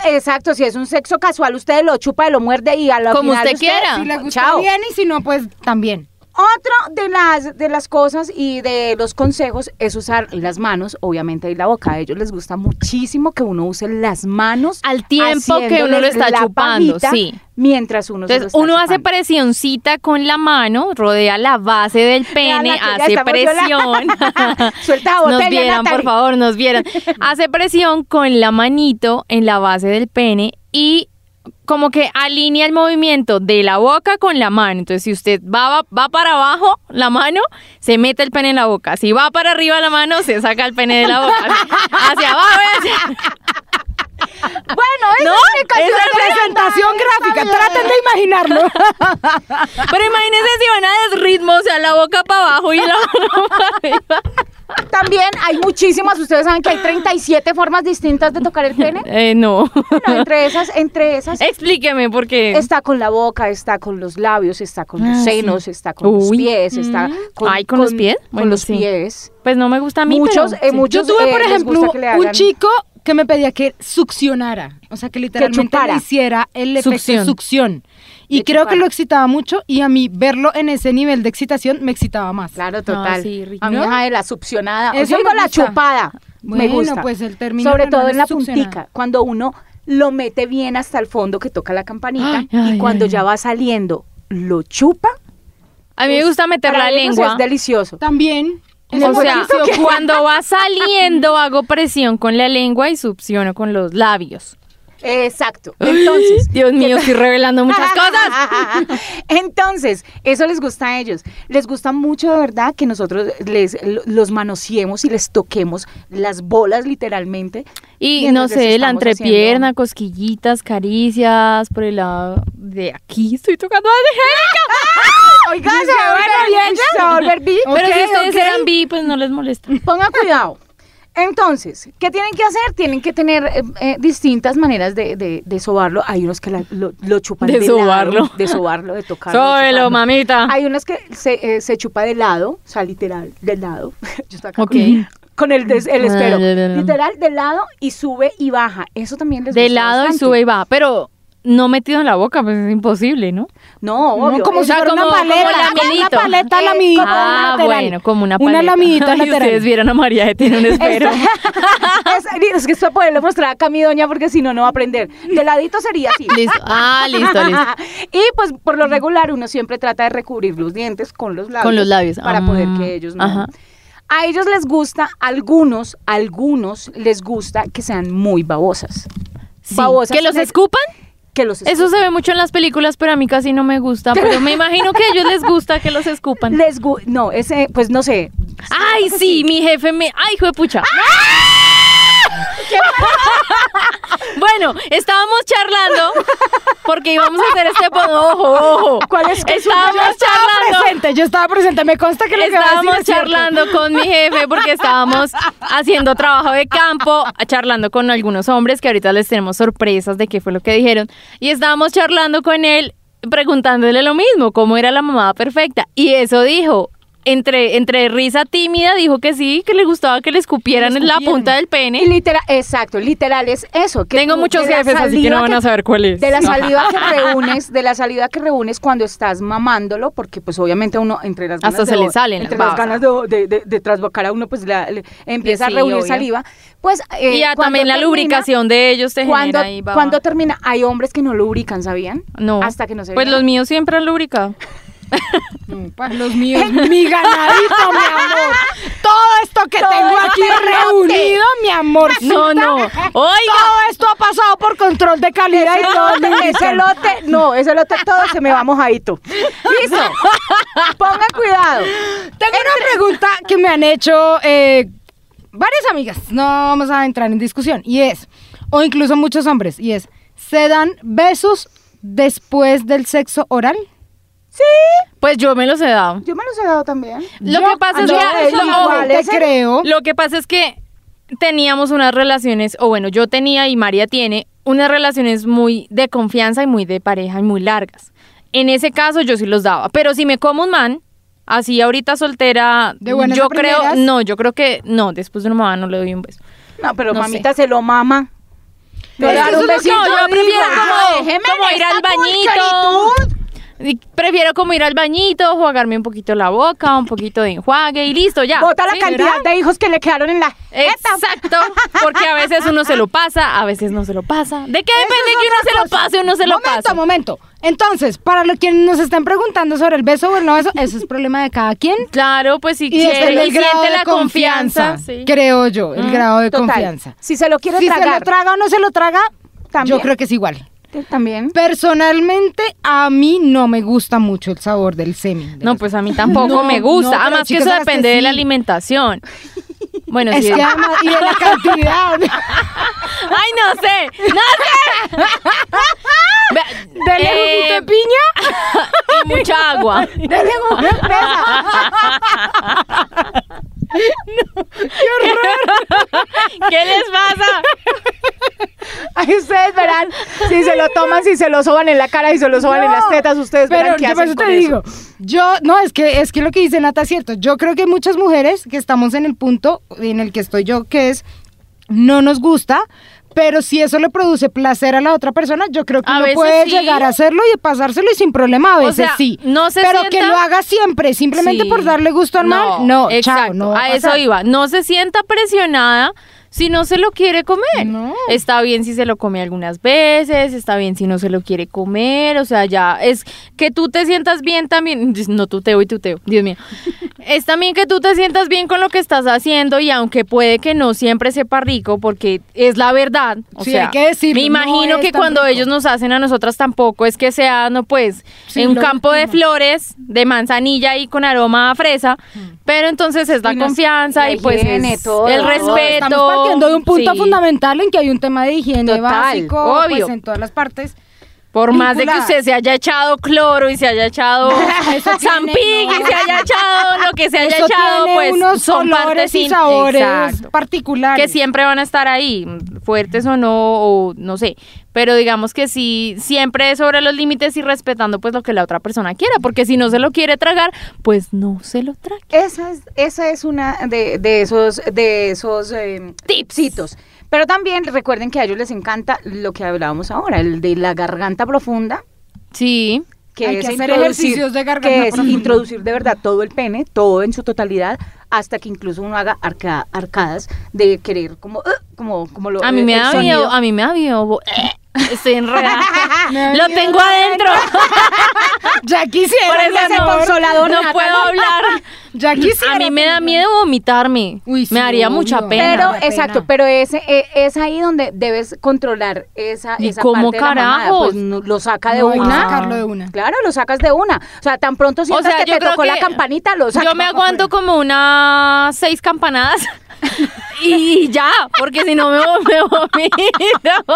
[SPEAKER 5] quiere.
[SPEAKER 3] Exacto, si es un sexo casual, usted lo chupa y lo muerde y a la
[SPEAKER 6] Como
[SPEAKER 3] final
[SPEAKER 6] usted quiera.
[SPEAKER 5] Si le gusta
[SPEAKER 3] Ah, Chao.
[SPEAKER 5] bien y si no, pues también.
[SPEAKER 3] Otro de las, de las cosas y de los consejos es usar las manos, obviamente, y la boca. A ellos les gusta muchísimo que uno use las manos.
[SPEAKER 6] Al tiempo que uno lo
[SPEAKER 3] haciéndoles
[SPEAKER 6] está
[SPEAKER 3] la
[SPEAKER 6] chupando,
[SPEAKER 3] pajita
[SPEAKER 6] sí.
[SPEAKER 3] Mientras uno se lo
[SPEAKER 6] Entonces
[SPEAKER 3] está
[SPEAKER 6] uno hace
[SPEAKER 3] chupando.
[SPEAKER 6] presioncita con la mano, rodea la base del pene,
[SPEAKER 3] Veanla, que ya
[SPEAKER 6] hace
[SPEAKER 3] está
[SPEAKER 6] presión.
[SPEAKER 3] emocionada. Suelta la
[SPEAKER 6] Nos
[SPEAKER 3] botella,
[SPEAKER 6] vieran,
[SPEAKER 3] Natalie.
[SPEAKER 6] por favor, nos vieran. Hace presión con la manito en la base del pene y como que alinea el movimiento de la boca con la mano. Entonces, si usted va, va, va para abajo la mano, se mete el pene en la boca. Si va para arriba la mano, se saca el pene de la boca. hacia abajo. hacia-
[SPEAKER 3] Bueno, esa
[SPEAKER 6] No, ¿eh?
[SPEAKER 3] es mi canción
[SPEAKER 6] esa
[SPEAKER 3] de la
[SPEAKER 5] Presentación
[SPEAKER 3] mamá, está
[SPEAKER 5] gráfica,
[SPEAKER 3] bien.
[SPEAKER 5] traten de imaginarlo.
[SPEAKER 6] Pero imagínense si van a desritmo, o sea, la boca para abajo y la mano para arriba.
[SPEAKER 3] También hay muchísimas, ustedes saben que hay 37 formas distintas de tocar el pene.
[SPEAKER 6] Eh, no.
[SPEAKER 3] Bueno, entre esas, entre esas
[SPEAKER 6] Explíqueme por qué.
[SPEAKER 3] está con la boca, está con los labios, está con los
[SPEAKER 6] Ah, sí.
[SPEAKER 3] senos, está con los
[SPEAKER 6] Uy. Mm.
[SPEAKER 3] pies, está con,
[SPEAKER 6] Ay, ¿con los pies?
[SPEAKER 3] con
[SPEAKER 6] Bueno,
[SPEAKER 3] los
[SPEAKER 6] sí.
[SPEAKER 3] pies.
[SPEAKER 6] Pues no me gusta a mí,
[SPEAKER 3] Muchos,
[SPEAKER 6] pero
[SPEAKER 3] eh,
[SPEAKER 6] sí.
[SPEAKER 3] muchos-
[SPEAKER 5] Yo tuve,
[SPEAKER 3] eh,
[SPEAKER 5] por
[SPEAKER 3] les
[SPEAKER 5] ejemplo,
[SPEAKER 3] gusta que le hagan-
[SPEAKER 5] un chico que me pedía que succionara, o sea, que literalmente
[SPEAKER 3] chupara.
[SPEAKER 5] le hiciera el efecto
[SPEAKER 6] Succión.
[SPEAKER 5] succión. Y
[SPEAKER 3] Que
[SPEAKER 5] creo
[SPEAKER 3] chupara.
[SPEAKER 5] que lo excitaba mucho y a mí verlo en ese nivel de excitación me excitaba más.
[SPEAKER 3] Claro,
[SPEAKER 6] No,
[SPEAKER 3] total.
[SPEAKER 6] sí, rico.
[SPEAKER 3] a mí
[SPEAKER 5] ¿No?
[SPEAKER 3] ajá, de la succionada.
[SPEAKER 5] Eso
[SPEAKER 3] Yo digo
[SPEAKER 5] me
[SPEAKER 3] la
[SPEAKER 5] gusta.
[SPEAKER 3] chupada. me
[SPEAKER 5] Bueno,
[SPEAKER 3] gusta.
[SPEAKER 5] pues el término
[SPEAKER 3] Sobre
[SPEAKER 5] normal
[SPEAKER 3] todo
[SPEAKER 5] es
[SPEAKER 3] en la
[SPEAKER 5] succionada.
[SPEAKER 3] puntica, cuando uno lo mete bien hasta el fondo que toca la campanita
[SPEAKER 6] Ay,
[SPEAKER 3] y
[SPEAKER 6] ay,
[SPEAKER 3] cuando
[SPEAKER 6] ay,
[SPEAKER 3] ya va saliendo lo chupa.
[SPEAKER 6] A mí me gusta meter
[SPEAKER 3] para
[SPEAKER 6] la
[SPEAKER 3] ellos
[SPEAKER 6] lengua.
[SPEAKER 3] Es delicioso.
[SPEAKER 5] También. es
[SPEAKER 6] O
[SPEAKER 5] como
[SPEAKER 6] sea,
[SPEAKER 5] que-
[SPEAKER 6] cuando va saliendo hago presión con la lengua y succiono con los labios.
[SPEAKER 3] Exacto. Entonces,
[SPEAKER 6] Dios mío, estoy revelando muchas cosas.
[SPEAKER 3] Entonces, eso les gusta a ellos. Les gusta mucho, de verdad, que nosotros les lo- los manoseemos y les toquemos las bolas literalmente.
[SPEAKER 6] Y no
[SPEAKER 3] mientras les
[SPEAKER 6] sé, la
[SPEAKER 3] estamos
[SPEAKER 6] entrepierna,
[SPEAKER 3] haciendo-
[SPEAKER 6] cosquillitas, caricias por el lado de aquí. Estoy tocando a Angélica. ¡Ah!
[SPEAKER 3] Oiga, se va a volver bien, se va a volver bien.
[SPEAKER 6] Pero si
[SPEAKER 5] Ok,
[SPEAKER 6] ustedes
[SPEAKER 5] ok.
[SPEAKER 6] eran bi, pues no les molesta.
[SPEAKER 3] Ponga cuidado. Entonces, ¿qué tienen que hacer? Tienen que tener eh, eh, distintas maneras de, de, de sobarlo. Hay unos que la- lo, lo chupan
[SPEAKER 6] De
[SPEAKER 3] de, lado,
[SPEAKER 6] sobarlo.
[SPEAKER 3] de sobarlo, de tocarlo. de
[SPEAKER 6] Sóbelo,
[SPEAKER 3] chuparlo.
[SPEAKER 6] mamita.
[SPEAKER 3] Hay unos que se, eh, se chupa de lado, o sea, literal, del lado. Yo estoy acá
[SPEAKER 6] Ok.
[SPEAKER 3] con, con el, des- el espero.
[SPEAKER 6] Ah, ya, ya, ya.
[SPEAKER 3] Literal, de lado y sube y baja. Eso también les
[SPEAKER 6] de
[SPEAKER 3] gusta
[SPEAKER 6] lado y
[SPEAKER 3] bastante.
[SPEAKER 6] sube y va. Pero no metido en la boca, pues es imposible, ¿no?
[SPEAKER 3] No, obvio.
[SPEAKER 5] No, como
[SPEAKER 3] es-
[SPEAKER 5] si
[SPEAKER 6] sea,
[SPEAKER 5] fuera
[SPEAKER 6] como-
[SPEAKER 5] una
[SPEAKER 6] como
[SPEAKER 5] paleta,
[SPEAKER 6] laminito.
[SPEAKER 5] una paleta
[SPEAKER 3] Eh,
[SPEAKER 5] lamidita
[SPEAKER 6] ah,
[SPEAKER 5] lateral.
[SPEAKER 6] bueno, como una paleta.
[SPEAKER 5] Una lamidita
[SPEAKER 6] Ay, Ustedes
[SPEAKER 5] lateral.
[SPEAKER 6] vieron a María que tiene un espero.
[SPEAKER 3] es, es que esto poderlo mostrar acá a mi doña porque si no, no va a aprender. De ladito sería así.
[SPEAKER 6] listo. Ah, listo, listo.
[SPEAKER 3] y pues por lo regular uno siempre trata de recubrir los dientes con los labios.
[SPEAKER 6] Con los labios.
[SPEAKER 3] Para
[SPEAKER 6] Ah,
[SPEAKER 3] poder que ellos no.
[SPEAKER 6] ajá.
[SPEAKER 3] A ellos les gusta, algunos, algunos les gusta que sean muy babosas.
[SPEAKER 6] Sí.
[SPEAKER 3] Babosas.
[SPEAKER 6] ¿Que los
[SPEAKER 3] Les-
[SPEAKER 6] escupan?
[SPEAKER 3] Que los
[SPEAKER 6] Eso se ve mucho en las películas, pero a mí casi no me gusta. Pero me imagino que a ellos les gusta que los escupan.
[SPEAKER 3] Les gu- no, ese, pues no sé.
[SPEAKER 6] Ay, sí, mi jefe me. ¡Ay, hijo de pucha!
[SPEAKER 3] ¡Ah!
[SPEAKER 6] bueno, estábamos charlando porque íbamos a hacer este pod. ¡Ojo, ojo!
[SPEAKER 3] ¿Cuál es que es un-
[SPEAKER 5] Yo
[SPEAKER 6] estábamos
[SPEAKER 5] estaba
[SPEAKER 6] charlando.
[SPEAKER 5] presente, yo estaba presente. Me consta que lo que va a decir
[SPEAKER 6] Estábamos
[SPEAKER 5] es cierto.
[SPEAKER 6] charlando con mi jefe porque estábamos haciendo trabajo de campo, charlando con algunos hombres que ahorita les tenemos sorpresas de qué fue lo que dijeron. Y estábamos charlando con él, preguntándole lo mismo, cómo era la mamada perfecta. Y eso dijo, entre, entre risa tímida, dijo que sí, que le gustaba que le escupieran en la punta del
[SPEAKER 3] Y
[SPEAKER 6] pene.
[SPEAKER 3] literal, exacto, literal es eso. que
[SPEAKER 6] ¿eh? Tengo
[SPEAKER 3] tú-
[SPEAKER 6] muchos
[SPEAKER 3] de la
[SPEAKER 6] jefes, así que
[SPEAKER 3] saliva
[SPEAKER 6] no van a saber cuál es.
[SPEAKER 3] De la saliva que reúnes, de la saliva que reúnes cuando estás mamándolo, porque pues obviamente uno entre las ganas
[SPEAKER 6] Hasta
[SPEAKER 3] de-
[SPEAKER 6] se le salen
[SPEAKER 3] entre
[SPEAKER 6] las
[SPEAKER 3] las
[SPEAKER 6] babas.
[SPEAKER 3] ganas de, de, de- de trasbocar a uno, pues la- le- empieza
[SPEAKER 6] Sí,
[SPEAKER 3] a reunir
[SPEAKER 6] obvio.
[SPEAKER 3] saliva. Pues eh,
[SPEAKER 6] y ya
[SPEAKER 3] cuando
[SPEAKER 6] también la
[SPEAKER 3] termina-
[SPEAKER 6] lubricación de ellos te
[SPEAKER 3] Cuando,
[SPEAKER 6] genera ahí, baba.
[SPEAKER 3] cuando termina, hay hombres que no lubrican, ¿sabían?
[SPEAKER 6] No.
[SPEAKER 3] Hasta que no se
[SPEAKER 6] Pues
[SPEAKER 3] vean.
[SPEAKER 6] los míos siempre han lubricado.
[SPEAKER 5] No, Mm, pa, los míos, mi ganadito, mi amor. Todo esto que
[SPEAKER 3] Todo
[SPEAKER 5] tengo
[SPEAKER 3] este
[SPEAKER 5] aquí
[SPEAKER 3] lote.
[SPEAKER 5] reunido, mi amor.
[SPEAKER 6] No, no. Oiga,
[SPEAKER 5] Todo esto ha pasado por control de calidad y todo
[SPEAKER 3] Ese lote, ese lote, no, ese lote todo se me va mojadito. Listo. Ponga cuidado.
[SPEAKER 5] Tengo una pregunta que me han hecho eh, varias amigas. No vamos a entrar en discusión. Y es, o incluso muchos hombres, y es, ¿se dan besos después del sexo oral?
[SPEAKER 6] pues yo me los he dado.
[SPEAKER 3] Yo me los he dado también.
[SPEAKER 6] Lo
[SPEAKER 5] Yo-
[SPEAKER 6] que pasa es
[SPEAKER 5] yo
[SPEAKER 6] que
[SPEAKER 3] eso
[SPEAKER 6] lo- ojo,
[SPEAKER 5] igual te
[SPEAKER 3] ese-
[SPEAKER 5] creo.
[SPEAKER 6] lo que pasa es que teníamos unas relaciones, o bueno, yo tenía y María tiene unas relaciones muy de confianza y muy de pareja y muy largas. En ese caso yo sí los daba, pero si me como un man, así ahorita soltera,
[SPEAKER 5] De buenas
[SPEAKER 6] yo
[SPEAKER 5] a
[SPEAKER 6] creo,
[SPEAKER 5] primeras.
[SPEAKER 6] no, yo creo que no, después de una mamá no le doy un beso.
[SPEAKER 3] No, pero
[SPEAKER 6] No
[SPEAKER 3] mamita se lo mama.
[SPEAKER 5] Pero
[SPEAKER 3] Pero
[SPEAKER 5] es que eso
[SPEAKER 3] un
[SPEAKER 5] es lo que
[SPEAKER 3] besito,
[SPEAKER 6] no, yo prefiero
[SPEAKER 3] digo,
[SPEAKER 6] como,
[SPEAKER 3] déjeme
[SPEAKER 6] como
[SPEAKER 3] en
[SPEAKER 6] ir al
[SPEAKER 3] esta
[SPEAKER 6] bañito. Y Prefiero como ir al bañito, jugarme un poquito la boca, un poquito de enjuague y listo, ya.
[SPEAKER 3] Bota la
[SPEAKER 6] Sí,
[SPEAKER 3] cantidad
[SPEAKER 6] ¿verdad?
[SPEAKER 3] de hijos que le quedaron en la jeta.
[SPEAKER 6] Exacto, porque a veces uno se lo pasa, a veces no se lo pasa. ¿De qué depende que uno se lo pase o no se lo
[SPEAKER 5] momento,
[SPEAKER 6] pase?
[SPEAKER 5] momento. Entonces, para los quienes nos están preguntando sobre el beso o el no beso, eso es problema de cada quien.
[SPEAKER 6] Claro, pues si
[SPEAKER 5] Y depende
[SPEAKER 6] quiere
[SPEAKER 5] del
[SPEAKER 6] y
[SPEAKER 5] grado
[SPEAKER 6] siente
[SPEAKER 5] de
[SPEAKER 6] la confianza. sí. Mm,
[SPEAKER 5] creo yo, el grado de
[SPEAKER 3] Total,
[SPEAKER 5] confianza.
[SPEAKER 3] Si se lo quiere
[SPEAKER 5] si
[SPEAKER 3] tragar.
[SPEAKER 5] se lo traga o no se lo traga,
[SPEAKER 3] También.
[SPEAKER 5] yo creo que es igual.
[SPEAKER 3] también.
[SPEAKER 5] Personalmente, a mí no me gusta mucho el sabor del semen. de
[SPEAKER 6] No,
[SPEAKER 5] los-
[SPEAKER 6] pues a mí tampoco
[SPEAKER 5] No,
[SPEAKER 6] me
[SPEAKER 5] no,
[SPEAKER 6] gusta.
[SPEAKER 5] pero
[SPEAKER 6] además que
[SPEAKER 5] chicas,
[SPEAKER 6] eso
[SPEAKER 5] ¿sabes que
[SPEAKER 6] depende de la
[SPEAKER 5] sí?
[SPEAKER 6] alimentación. Bueno,
[SPEAKER 5] Es
[SPEAKER 6] sí.
[SPEAKER 5] que además- y de la cantidad.
[SPEAKER 6] Eh, Ay, no sé, no sé. Ve-
[SPEAKER 5] Dele juguito de piña.
[SPEAKER 6] y mucha agua.
[SPEAKER 3] Dele una empresa.
[SPEAKER 6] ¿Qué les pasa?
[SPEAKER 3] Ay, ustedes verán si se lo toman, si se lo soban en la cara y se lo soban en las tetas, ustedes
[SPEAKER 5] Pero
[SPEAKER 3] verán qué
[SPEAKER 5] yo por
[SPEAKER 3] hacen
[SPEAKER 5] eso
[SPEAKER 3] con
[SPEAKER 5] te digo, yo, no, es que, es que lo que dice Nata es cierto. Yo creo que hay muchas mujeres que estamos en el punto en el que estoy yo, que es, no nos gusta, pero si eso le produce placer a la otra persona, yo creo que
[SPEAKER 6] A
[SPEAKER 5] uno
[SPEAKER 6] veces
[SPEAKER 5] puede
[SPEAKER 6] sí.
[SPEAKER 5] llegar a hacerlo y pasárselo y sin problema, a
[SPEAKER 6] O
[SPEAKER 5] veces
[SPEAKER 6] sea,
[SPEAKER 5] sí.
[SPEAKER 6] no se
[SPEAKER 5] pero que
[SPEAKER 6] sienta-
[SPEAKER 5] lo haga siempre, simplemente
[SPEAKER 6] Sí.
[SPEAKER 5] por darle gusto al mal, no, chao,
[SPEAKER 6] exacto.
[SPEAKER 5] no va
[SPEAKER 6] a eso
[SPEAKER 5] pasar.
[SPEAKER 6] iba. No se sienta presionada si no se lo quiere comer.
[SPEAKER 5] No.
[SPEAKER 6] Está bien si se lo come algunas veces, está bien si no se lo quiere comer, o sea, ya es que tú te sientas bien también, no tuteo y tuteo, Dios mío. es también que tú te sientas bien con lo que estás haciendo y aunque puede que no siempre sepa rico porque es la verdad, o
[SPEAKER 5] Sí,
[SPEAKER 6] sea,
[SPEAKER 5] hay que decirlo,
[SPEAKER 6] me
[SPEAKER 5] no
[SPEAKER 6] imagino
[SPEAKER 5] es
[SPEAKER 6] que
[SPEAKER 5] tan
[SPEAKER 6] cuando
[SPEAKER 5] rico.
[SPEAKER 6] ellos nos hacen a nosotras tampoco es que sea, no pues,
[SPEAKER 5] Sí,
[SPEAKER 6] en un
[SPEAKER 5] lo
[SPEAKER 6] campo de
[SPEAKER 5] último.
[SPEAKER 6] flores, de manzanilla y con aroma a fresa, pero entonces es la
[SPEAKER 5] Y nos-
[SPEAKER 6] confianza
[SPEAKER 3] la
[SPEAKER 6] y pues
[SPEAKER 3] higiene,
[SPEAKER 6] es
[SPEAKER 3] todo,
[SPEAKER 6] el
[SPEAKER 3] todo.
[SPEAKER 6] respeto.
[SPEAKER 5] Estamos partiendo de un punto
[SPEAKER 6] Sí.
[SPEAKER 5] fundamental en que hay un tema de higiene
[SPEAKER 6] Total,
[SPEAKER 5] básico,
[SPEAKER 6] obvio.
[SPEAKER 5] pues en todas las partes.
[SPEAKER 6] Por más de que
[SPEAKER 5] vinculada.
[SPEAKER 6] usted se haya echado cloro y se haya echado
[SPEAKER 5] Eso tiene,
[SPEAKER 6] zampín y
[SPEAKER 5] no.
[SPEAKER 6] se haya echado lo que se haya
[SPEAKER 5] Eso
[SPEAKER 6] echado,
[SPEAKER 5] tiene
[SPEAKER 6] pues
[SPEAKER 5] unos
[SPEAKER 6] son
[SPEAKER 5] olores
[SPEAKER 6] partes
[SPEAKER 5] y
[SPEAKER 6] in-
[SPEAKER 5] sabores
[SPEAKER 6] Exacto.
[SPEAKER 5] particulares.
[SPEAKER 6] que siempre van a estar ahí, fuertes o no, o no sé, pero digamos que sí, siempre sobre los límites y respetando pues lo que la otra persona quiera, porque si no se lo quiere tragar, pues no se lo trague.
[SPEAKER 3] Esa es, esa es una de, de esos, de esos eh, tipsitos. Pero también recuerden que a ellos les encanta lo que hablábamos ahora, el de la garganta profunda.
[SPEAKER 6] Sí,
[SPEAKER 3] Que
[SPEAKER 5] Hay que
[SPEAKER 3] es
[SPEAKER 5] hacer
[SPEAKER 3] introducir-
[SPEAKER 5] ejercicios de garganta
[SPEAKER 3] que es
[SPEAKER 5] profunda.
[SPEAKER 3] introducir de verdad todo el pene, todo en su totalidad, hasta que incluso uno haga arca- arcadas de querer como, "Ugh", como, como lo. eh,
[SPEAKER 6] a mí me
[SPEAKER 3] el
[SPEAKER 6] da
[SPEAKER 3] sonido.
[SPEAKER 6] miedo, a mí me da miedo, bo- estoy enredada,
[SPEAKER 5] Me da
[SPEAKER 6] lo
[SPEAKER 5] miedo
[SPEAKER 6] tengo adentro,
[SPEAKER 5] Ah, Ya quisiera,
[SPEAKER 6] por
[SPEAKER 5] mi
[SPEAKER 6] eso
[SPEAKER 5] amor.
[SPEAKER 3] consolador,
[SPEAKER 6] no, no
[SPEAKER 3] Natalia.
[SPEAKER 6] puedo hablar.
[SPEAKER 5] Ya quisiera.
[SPEAKER 6] A mí me da
[SPEAKER 5] tener-
[SPEAKER 6] miedo vomitarme.
[SPEAKER 5] Uy, sí,
[SPEAKER 6] me haría
[SPEAKER 5] obvio.
[SPEAKER 6] mucha pena.
[SPEAKER 3] Pero, eh,
[SPEAKER 5] pena.
[SPEAKER 3] exacto, pero ese, eh, es ahí donde debes controlar esa,
[SPEAKER 6] ¿Y
[SPEAKER 3] esa
[SPEAKER 6] cómo
[SPEAKER 3] parte de la mamada,
[SPEAKER 6] carajos?
[SPEAKER 3] pues, no- lo saca de
[SPEAKER 5] No, hay que
[SPEAKER 3] una.
[SPEAKER 5] sacarlo de una.
[SPEAKER 3] Claro, lo sacas de una. O sea, tan pronto sientas que te tocó la campanita, lo sacas.
[SPEAKER 6] Yo me aguanto como unas seis campanadas. Y ya, porque si no me, vo- me vomito.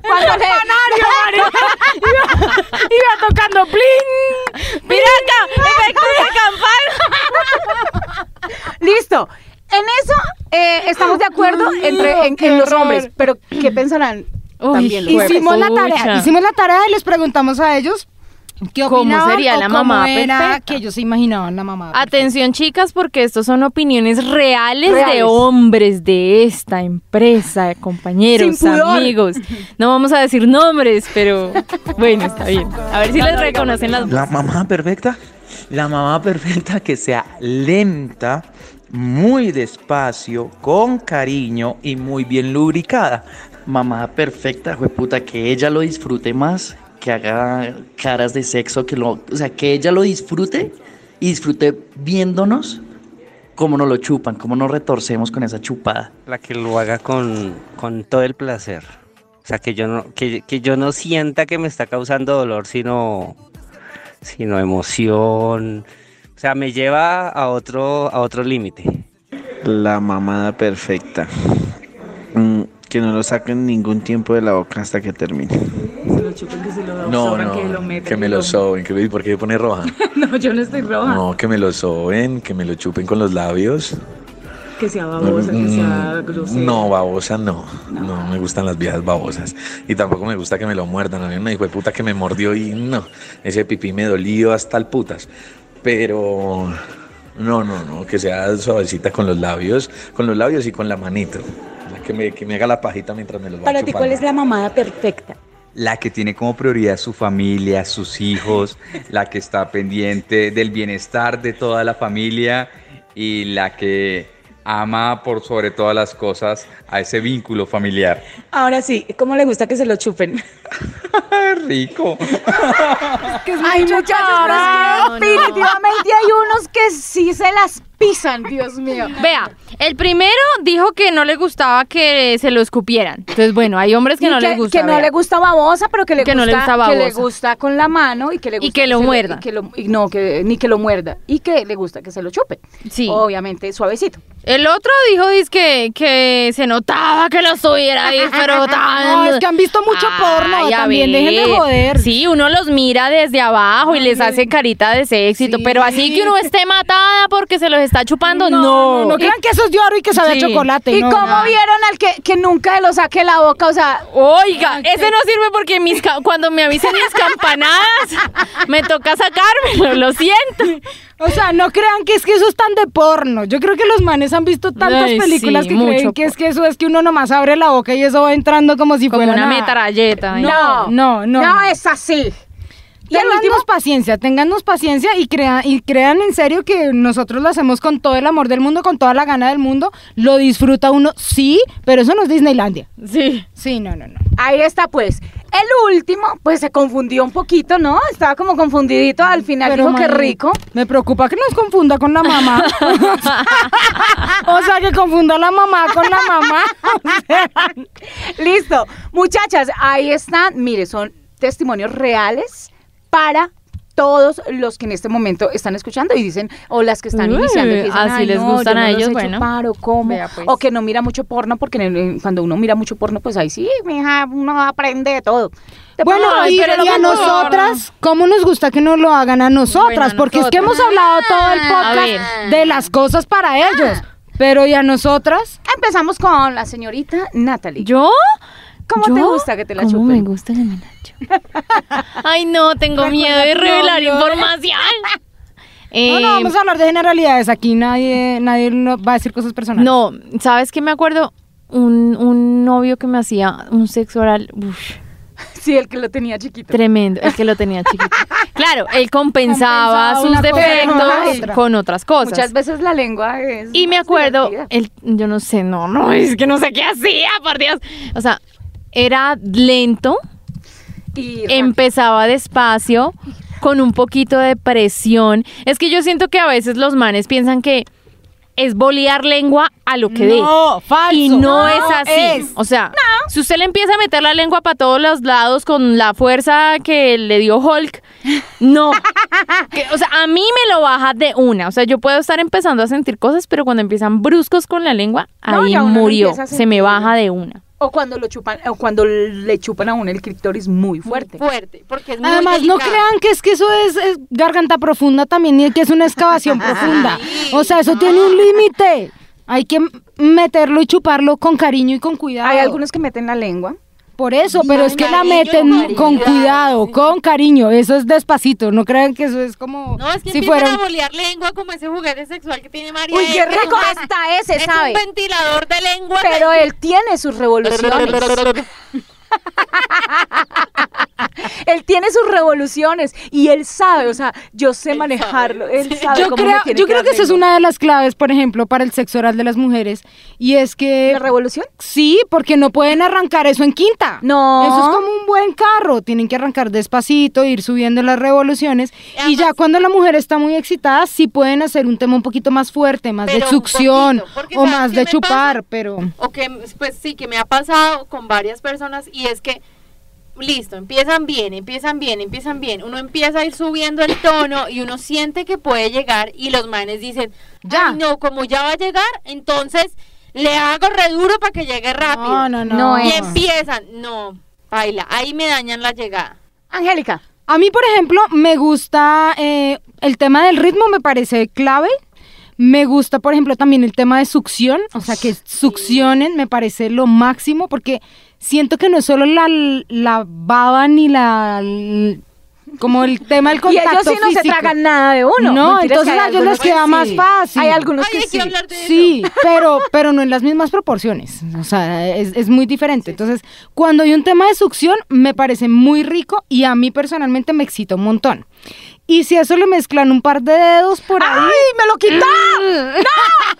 [SPEAKER 3] Cuando le-
[SPEAKER 5] Iba tocando plin.
[SPEAKER 6] ¡Piraca! ¡Efecto de campana!
[SPEAKER 3] Listo. En eso eh, estamos de acuerdo
[SPEAKER 5] Dios mío,
[SPEAKER 3] entre, en,
[SPEAKER 5] qué
[SPEAKER 3] en los
[SPEAKER 5] horror.
[SPEAKER 3] hombres. Pero, ¿qué pensarán?
[SPEAKER 6] Uy,
[SPEAKER 3] también los
[SPEAKER 6] Jueves.
[SPEAKER 5] Hicimos la tarea,
[SPEAKER 6] Pucha.
[SPEAKER 5] hicimos la tarea y les preguntamos a ellos qué
[SPEAKER 6] ¿Cómo
[SPEAKER 5] opinaban
[SPEAKER 6] sería
[SPEAKER 5] o
[SPEAKER 6] la
[SPEAKER 5] cómo
[SPEAKER 6] mamá
[SPEAKER 5] era
[SPEAKER 6] perfecta? Ah,
[SPEAKER 5] que ellos se imaginaban la
[SPEAKER 3] Ah,
[SPEAKER 5] mamá.
[SPEAKER 6] Atención, chicas, porque estos son opiniones reales, de
[SPEAKER 3] Reales.
[SPEAKER 6] hombres de esta empresa, compañeros,
[SPEAKER 3] Sin pudor.
[SPEAKER 6] amigos. No vamos a decir nombres, pero bueno, está bien. A ver si les reconocen las
[SPEAKER 7] La mamá perfecta, la mamá perfecta que sea lenta, muy despacio, con cariño y muy bien lubricada.
[SPEAKER 8] Mamá perfecta, jueputa, que ella lo disfrute más, que haga caras de sexo, que lo, o sea, que ella lo disfrute y disfrute viéndonos cómo nos lo chupan, cómo nos retorcemos con esa chupada.
[SPEAKER 9] La que lo haga con, con todo el placer. O sea, que yo no, que, que yo no sienta que me está causando dolor, sino, sino emoción. O sea, me lleva a otro, a otro límite.
[SPEAKER 10] La mamada perfecta. Mm, que no lo saquen ningún tiempo de la boca hasta que termine.
[SPEAKER 11] No, no, que me lo soben, que lo- ¿por qué pone roja? no, yo no estoy roja. No, que me lo soben, que me lo chupen con los labios.
[SPEAKER 12] Que sea
[SPEAKER 11] babosa, que sea grosera. No, babosa no. no. me gustan las viejas babosas. Y tampoco me gusta que me lo muerdan. Había una hijo de puta que me mordió y no, ese pipí me dolió hasta el putas. Pero no, no, no, que sea suavecita con los labios, con los labios y con la manito. La Que me, que me haga la pajita mientras me los va
[SPEAKER 12] Para ti,
[SPEAKER 11] chupando.
[SPEAKER 12] ¿cuál es la mamada perfecta?
[SPEAKER 7] La que tiene como prioridad su familia, sus hijos, la que está pendiente del bienestar de toda la familia y la que ama por sobre todas las cosas a ese vínculo familiar.
[SPEAKER 12] Ahora sí, ¿cómo le gusta que se lo chupen?
[SPEAKER 7] ¡Qué rico!
[SPEAKER 5] que es
[SPEAKER 3] Hay
[SPEAKER 5] mucho
[SPEAKER 3] muchachos,
[SPEAKER 5] trabajo.
[SPEAKER 3] pero es que definitivamente hay unos que sí se las pisan, Dios mío.
[SPEAKER 6] Vea, el primero dijo que no le gustaba que se lo escupieran. Entonces, bueno, hay hombres que
[SPEAKER 3] Y
[SPEAKER 6] no les gusta.
[SPEAKER 3] que no
[SPEAKER 6] vea.
[SPEAKER 3] le gusta babosa, pero que le
[SPEAKER 6] Que no
[SPEAKER 3] gusta,
[SPEAKER 6] le gusta
[SPEAKER 3] que le
[SPEAKER 6] babosa.
[SPEAKER 3] gusta con la mano y que le
[SPEAKER 6] Y
[SPEAKER 3] gusta
[SPEAKER 6] que lo
[SPEAKER 3] se
[SPEAKER 6] muerda.
[SPEAKER 3] y que lo- y no, que ni que lo muerda y que le gusta que se lo chupe.
[SPEAKER 6] Sí.
[SPEAKER 3] Obviamente suavecito.
[SPEAKER 6] El otro dijo dizque, que se notaba que lo estuviera ahí, pero tan-
[SPEAKER 5] No, es que han visto mucho porno
[SPEAKER 6] ay, a
[SPEAKER 5] también
[SPEAKER 6] ver.
[SPEAKER 5] dejen de joder.
[SPEAKER 6] Sí, uno los mira desde abajo y les hace carita de éxito, pero así que uno esté matada porque se los está chupando, no.
[SPEAKER 5] No, no crean que eso es de oro y que sabe a chocolate.
[SPEAKER 3] ¿Y
[SPEAKER 5] no.
[SPEAKER 3] cómo vieron al que, que nunca lo saque la boca? O sea,
[SPEAKER 6] Oiga, ese no sirve porque mis ca- cuando me avisen mis campanadas me toca sacármelo, lo siento.
[SPEAKER 5] O sea, no crean que es que eso es tan de porno. Yo creo que los manes han visto tantas
[SPEAKER 6] Ay,
[SPEAKER 5] películas
[SPEAKER 6] sí,
[SPEAKER 5] que
[SPEAKER 6] mucho
[SPEAKER 5] creen que es que eso es que uno nomás abre la boca y eso va entrando como si
[SPEAKER 6] Como
[SPEAKER 5] fuera
[SPEAKER 6] una
[SPEAKER 5] nada.
[SPEAKER 6] metralleta. ¿eh? ay,
[SPEAKER 5] No, no, no.
[SPEAKER 3] no es así.
[SPEAKER 5] Y Téngannos paciencia, téngannos paciencia y, crea- y crean en serio que nosotros lo hacemos con todo el amor del mundo, con toda la gana del mundo. Lo disfruta uno, sí, pero eso no es Disneylandia.
[SPEAKER 6] Sí.
[SPEAKER 5] Sí, no, no, no.
[SPEAKER 3] Ahí está, pues. El último, pues se confundió un poquito, ¿no? Estaba como confundidito. Al final
[SPEAKER 5] Pero,
[SPEAKER 3] dijo que
[SPEAKER 5] Manu,
[SPEAKER 3] rico.
[SPEAKER 5] Me preocupa que nos confunda con la mamá. o sea, que confunda a la mamá con la mamá.
[SPEAKER 3] Listo. Muchachas, ahí están. Mire, son testimonios reales para todos los que en este momento están escuchando y dicen, o las que están
[SPEAKER 6] Uy,
[SPEAKER 3] iniciando. Que dicen,
[SPEAKER 6] así
[SPEAKER 3] "Ay,
[SPEAKER 6] les
[SPEAKER 3] no,
[SPEAKER 6] gustan
[SPEAKER 3] yo
[SPEAKER 6] a
[SPEAKER 3] no los
[SPEAKER 6] ellos,
[SPEAKER 3] he hecho
[SPEAKER 6] bueno.
[SPEAKER 3] paro, ¿cómo?
[SPEAKER 6] Vea, pues.
[SPEAKER 3] O que no mira mucho porno, porque en el- cuando uno mira mucho porno, pues ahí sí, mija, uno aprende de todo. De
[SPEAKER 5] Bueno,
[SPEAKER 3] pronto,
[SPEAKER 5] y,
[SPEAKER 3] pero lo
[SPEAKER 5] y a
[SPEAKER 3] mejor-
[SPEAKER 5] nosotras, ¿cómo nos gusta que nos lo hagan a nosotras?
[SPEAKER 6] Bueno, a
[SPEAKER 5] Porque es que hemos
[SPEAKER 6] nosotras.
[SPEAKER 5] hablado todo el
[SPEAKER 6] Ah, a
[SPEAKER 5] podcast de las cosas para ellos. Pero ¿y a nosotras?
[SPEAKER 3] Empezamos con la señorita Natalie.
[SPEAKER 6] ¿Yo?
[SPEAKER 3] ¿Cómo te
[SPEAKER 6] ¿Yo?
[SPEAKER 3] gusta que te la
[SPEAKER 6] ¿Cómo
[SPEAKER 3] chupen?
[SPEAKER 6] me gusta que me la chupen? Ay, no, tengo miedo de revelar información.
[SPEAKER 5] No,
[SPEAKER 6] Eh,
[SPEAKER 5] no, vamos a hablar de generalidades. Aquí nadie, nadie no va a decir cosas personales.
[SPEAKER 6] Eh, No, ¿sabes qué me acuerdo? Un, un novio que me hacía un sexo oral, uf,
[SPEAKER 3] Sí, el que lo tenía chiquito.
[SPEAKER 6] tremendo, el que lo tenía chiquito. Claro, él compensaba,
[SPEAKER 5] Compensaba
[SPEAKER 6] sus
[SPEAKER 5] una cosa con
[SPEAKER 6] defectos
[SPEAKER 5] otra.
[SPEAKER 6] con otras cosas.
[SPEAKER 3] Muchas veces la lengua es.
[SPEAKER 6] y me
[SPEAKER 3] más
[SPEAKER 6] acuerdo, eh,
[SPEAKER 3] divertida.
[SPEAKER 6] él, yo no sé, no, no, es que no sé qué hacía, por Dios. O sea, era lento,
[SPEAKER 3] Y
[SPEAKER 6] empezaba despacio, con un poquito de presión. Es que yo siento que a veces los manes piensan que es bolear lengua a lo que dé.
[SPEAKER 5] No, falso.
[SPEAKER 6] Y no, es así.
[SPEAKER 5] es.
[SPEAKER 6] O sea, si usted le empieza a meter la lengua para todos los lados con la fuerza que le dio Hulk, no. Que, o sea, a mí me lo baja de una. O sea, yo puedo estar empezando a sentir cosas, pero cuando empiezan bruscos con la lengua,
[SPEAKER 3] No,
[SPEAKER 6] ahí
[SPEAKER 3] ya uno lo
[SPEAKER 6] murió.
[SPEAKER 3] empieza a
[SPEAKER 6] Se me
[SPEAKER 3] sentir.
[SPEAKER 6] baja de una.
[SPEAKER 3] O cuando lo chupan, o cuando le chupan a uno el clítoris muy fuerte.
[SPEAKER 4] Fuerte, porque es muy
[SPEAKER 5] Además, no
[SPEAKER 4] delicado.
[SPEAKER 5] crean que es que eso es, es garganta profunda también y que es una excavación profunda. O sea, eso tiene un límite. Hay que m- meterlo y chuparlo con cariño y con cuidado.
[SPEAKER 3] Hay algunos que meten la lengua.
[SPEAKER 5] Por eso, pero es que la
[SPEAKER 4] cariño y
[SPEAKER 5] meten
[SPEAKER 4] con
[SPEAKER 5] con
[SPEAKER 4] cuidado,
[SPEAKER 5] cuidado,
[SPEAKER 4] sí.
[SPEAKER 5] con cariño. Eso es despacito. No crean que eso es como
[SPEAKER 4] No, es que
[SPEAKER 5] si
[SPEAKER 4] empiezan
[SPEAKER 5] fuera.
[SPEAKER 4] a bolear lengua como ese juguete sexual que tiene María.
[SPEAKER 3] Uy,
[SPEAKER 4] Es
[SPEAKER 3] qué
[SPEAKER 4] que es
[SPEAKER 3] rico
[SPEAKER 4] un ven-
[SPEAKER 3] hasta ese,
[SPEAKER 4] es
[SPEAKER 3] ¿sabe?
[SPEAKER 4] un ventilador de lengua.
[SPEAKER 3] Pero él tiene sus revoluciones. él tiene sus revoluciones y él sabe, o sea, yo sé manejarlo. Él sabe
[SPEAKER 5] Yo
[SPEAKER 3] cómo me
[SPEAKER 5] creo,
[SPEAKER 3] tiene
[SPEAKER 5] yo creo
[SPEAKER 3] dar
[SPEAKER 5] que esa es
[SPEAKER 3] lengua.
[SPEAKER 5] una de las claves, por ejemplo, para el sexo oral de las mujeres. Y es que.
[SPEAKER 3] ¿La revolución?
[SPEAKER 5] Sí, porque no pueden arrancar eso en quinta.
[SPEAKER 3] No.
[SPEAKER 5] Eso es como un buen carro. Tienen que arrancar despacito, ir subiendo las revoluciones. Y ya cuando la mujer está muy excitada, sí pueden hacer un tema un poquito más fuerte, más
[SPEAKER 4] Pero
[SPEAKER 5] de
[SPEAKER 4] un
[SPEAKER 5] succión
[SPEAKER 4] poquito, porque
[SPEAKER 5] o
[SPEAKER 4] ¿sabes
[SPEAKER 5] más
[SPEAKER 4] qué
[SPEAKER 5] de
[SPEAKER 4] me
[SPEAKER 5] chupar,
[SPEAKER 4] pasa?
[SPEAKER 5] pero.
[SPEAKER 4] O que, pues sí, que me ha pasado con varias personas y es que, listo, empiezan bien, empiezan bien, empiezan bien. Uno empieza a ir subiendo el tono y uno siente que puede llegar y los manes dicen, ya.
[SPEAKER 5] Ya.
[SPEAKER 4] no, como ya va a llegar, entonces le hago re duro para que llegue rápido.
[SPEAKER 5] No, no, no.
[SPEAKER 3] No
[SPEAKER 4] Y
[SPEAKER 3] es.
[SPEAKER 4] empiezan, no, baila, ahí me dañan la llegada.
[SPEAKER 3] Angélica.
[SPEAKER 5] A mí, por ejemplo, me gusta eh, el tema del ritmo, me parece clave. Me gusta, por ejemplo, también el tema de succión, o sea, que succionen me parece lo máximo, porque siento que no es solo la, la baba ni la... como el tema del
[SPEAKER 3] Y
[SPEAKER 5] contacto
[SPEAKER 3] ellos sí no se
[SPEAKER 5] físico.
[SPEAKER 3] tragan nada de uno.
[SPEAKER 5] No,
[SPEAKER 3] Mentiras,
[SPEAKER 5] entonces
[SPEAKER 3] que hay
[SPEAKER 5] a ellos les
[SPEAKER 3] algunos que
[SPEAKER 5] queda
[SPEAKER 3] sí.
[SPEAKER 5] más fácil.
[SPEAKER 3] Hay algunos que
[SPEAKER 4] Ay, hay que
[SPEAKER 3] sí.
[SPEAKER 4] hablar de eso.
[SPEAKER 5] Sí, pero, pero no en las mismas proporciones. O sea, es, es muy diferente. Entonces, cuando hay un tema de succión, me parece muy rico y a mí personalmente me excita un montón. Y si a eso le mezclan un par de dedos por ahí.
[SPEAKER 3] ¡Ay, me lo quitaron!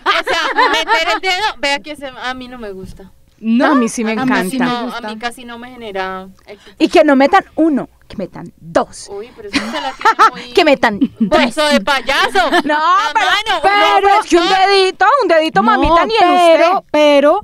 [SPEAKER 4] O sea, meter el dedo, vea que se- a mí no me gusta.
[SPEAKER 5] No,
[SPEAKER 3] A mí sí me
[SPEAKER 5] a sí
[SPEAKER 3] encanta.
[SPEAKER 5] me
[SPEAKER 4] No, a
[SPEAKER 5] gusta.
[SPEAKER 4] mí casi no me genera éxito.
[SPEAKER 3] Y que no metan uno, que metan dos.
[SPEAKER 4] Uy, pero eso se la tiene muy...
[SPEAKER 3] Que metan tres.
[SPEAKER 4] Bolso de payaso.
[SPEAKER 3] No,
[SPEAKER 4] La
[SPEAKER 3] pero,
[SPEAKER 4] mano,
[SPEAKER 3] pero
[SPEAKER 4] Ah, no, pues,
[SPEAKER 3] es que un
[SPEAKER 4] no.
[SPEAKER 3] dedito, un dedito, mamita,
[SPEAKER 5] No,
[SPEAKER 3] ni el
[SPEAKER 5] pero,
[SPEAKER 3] usted.
[SPEAKER 5] pero,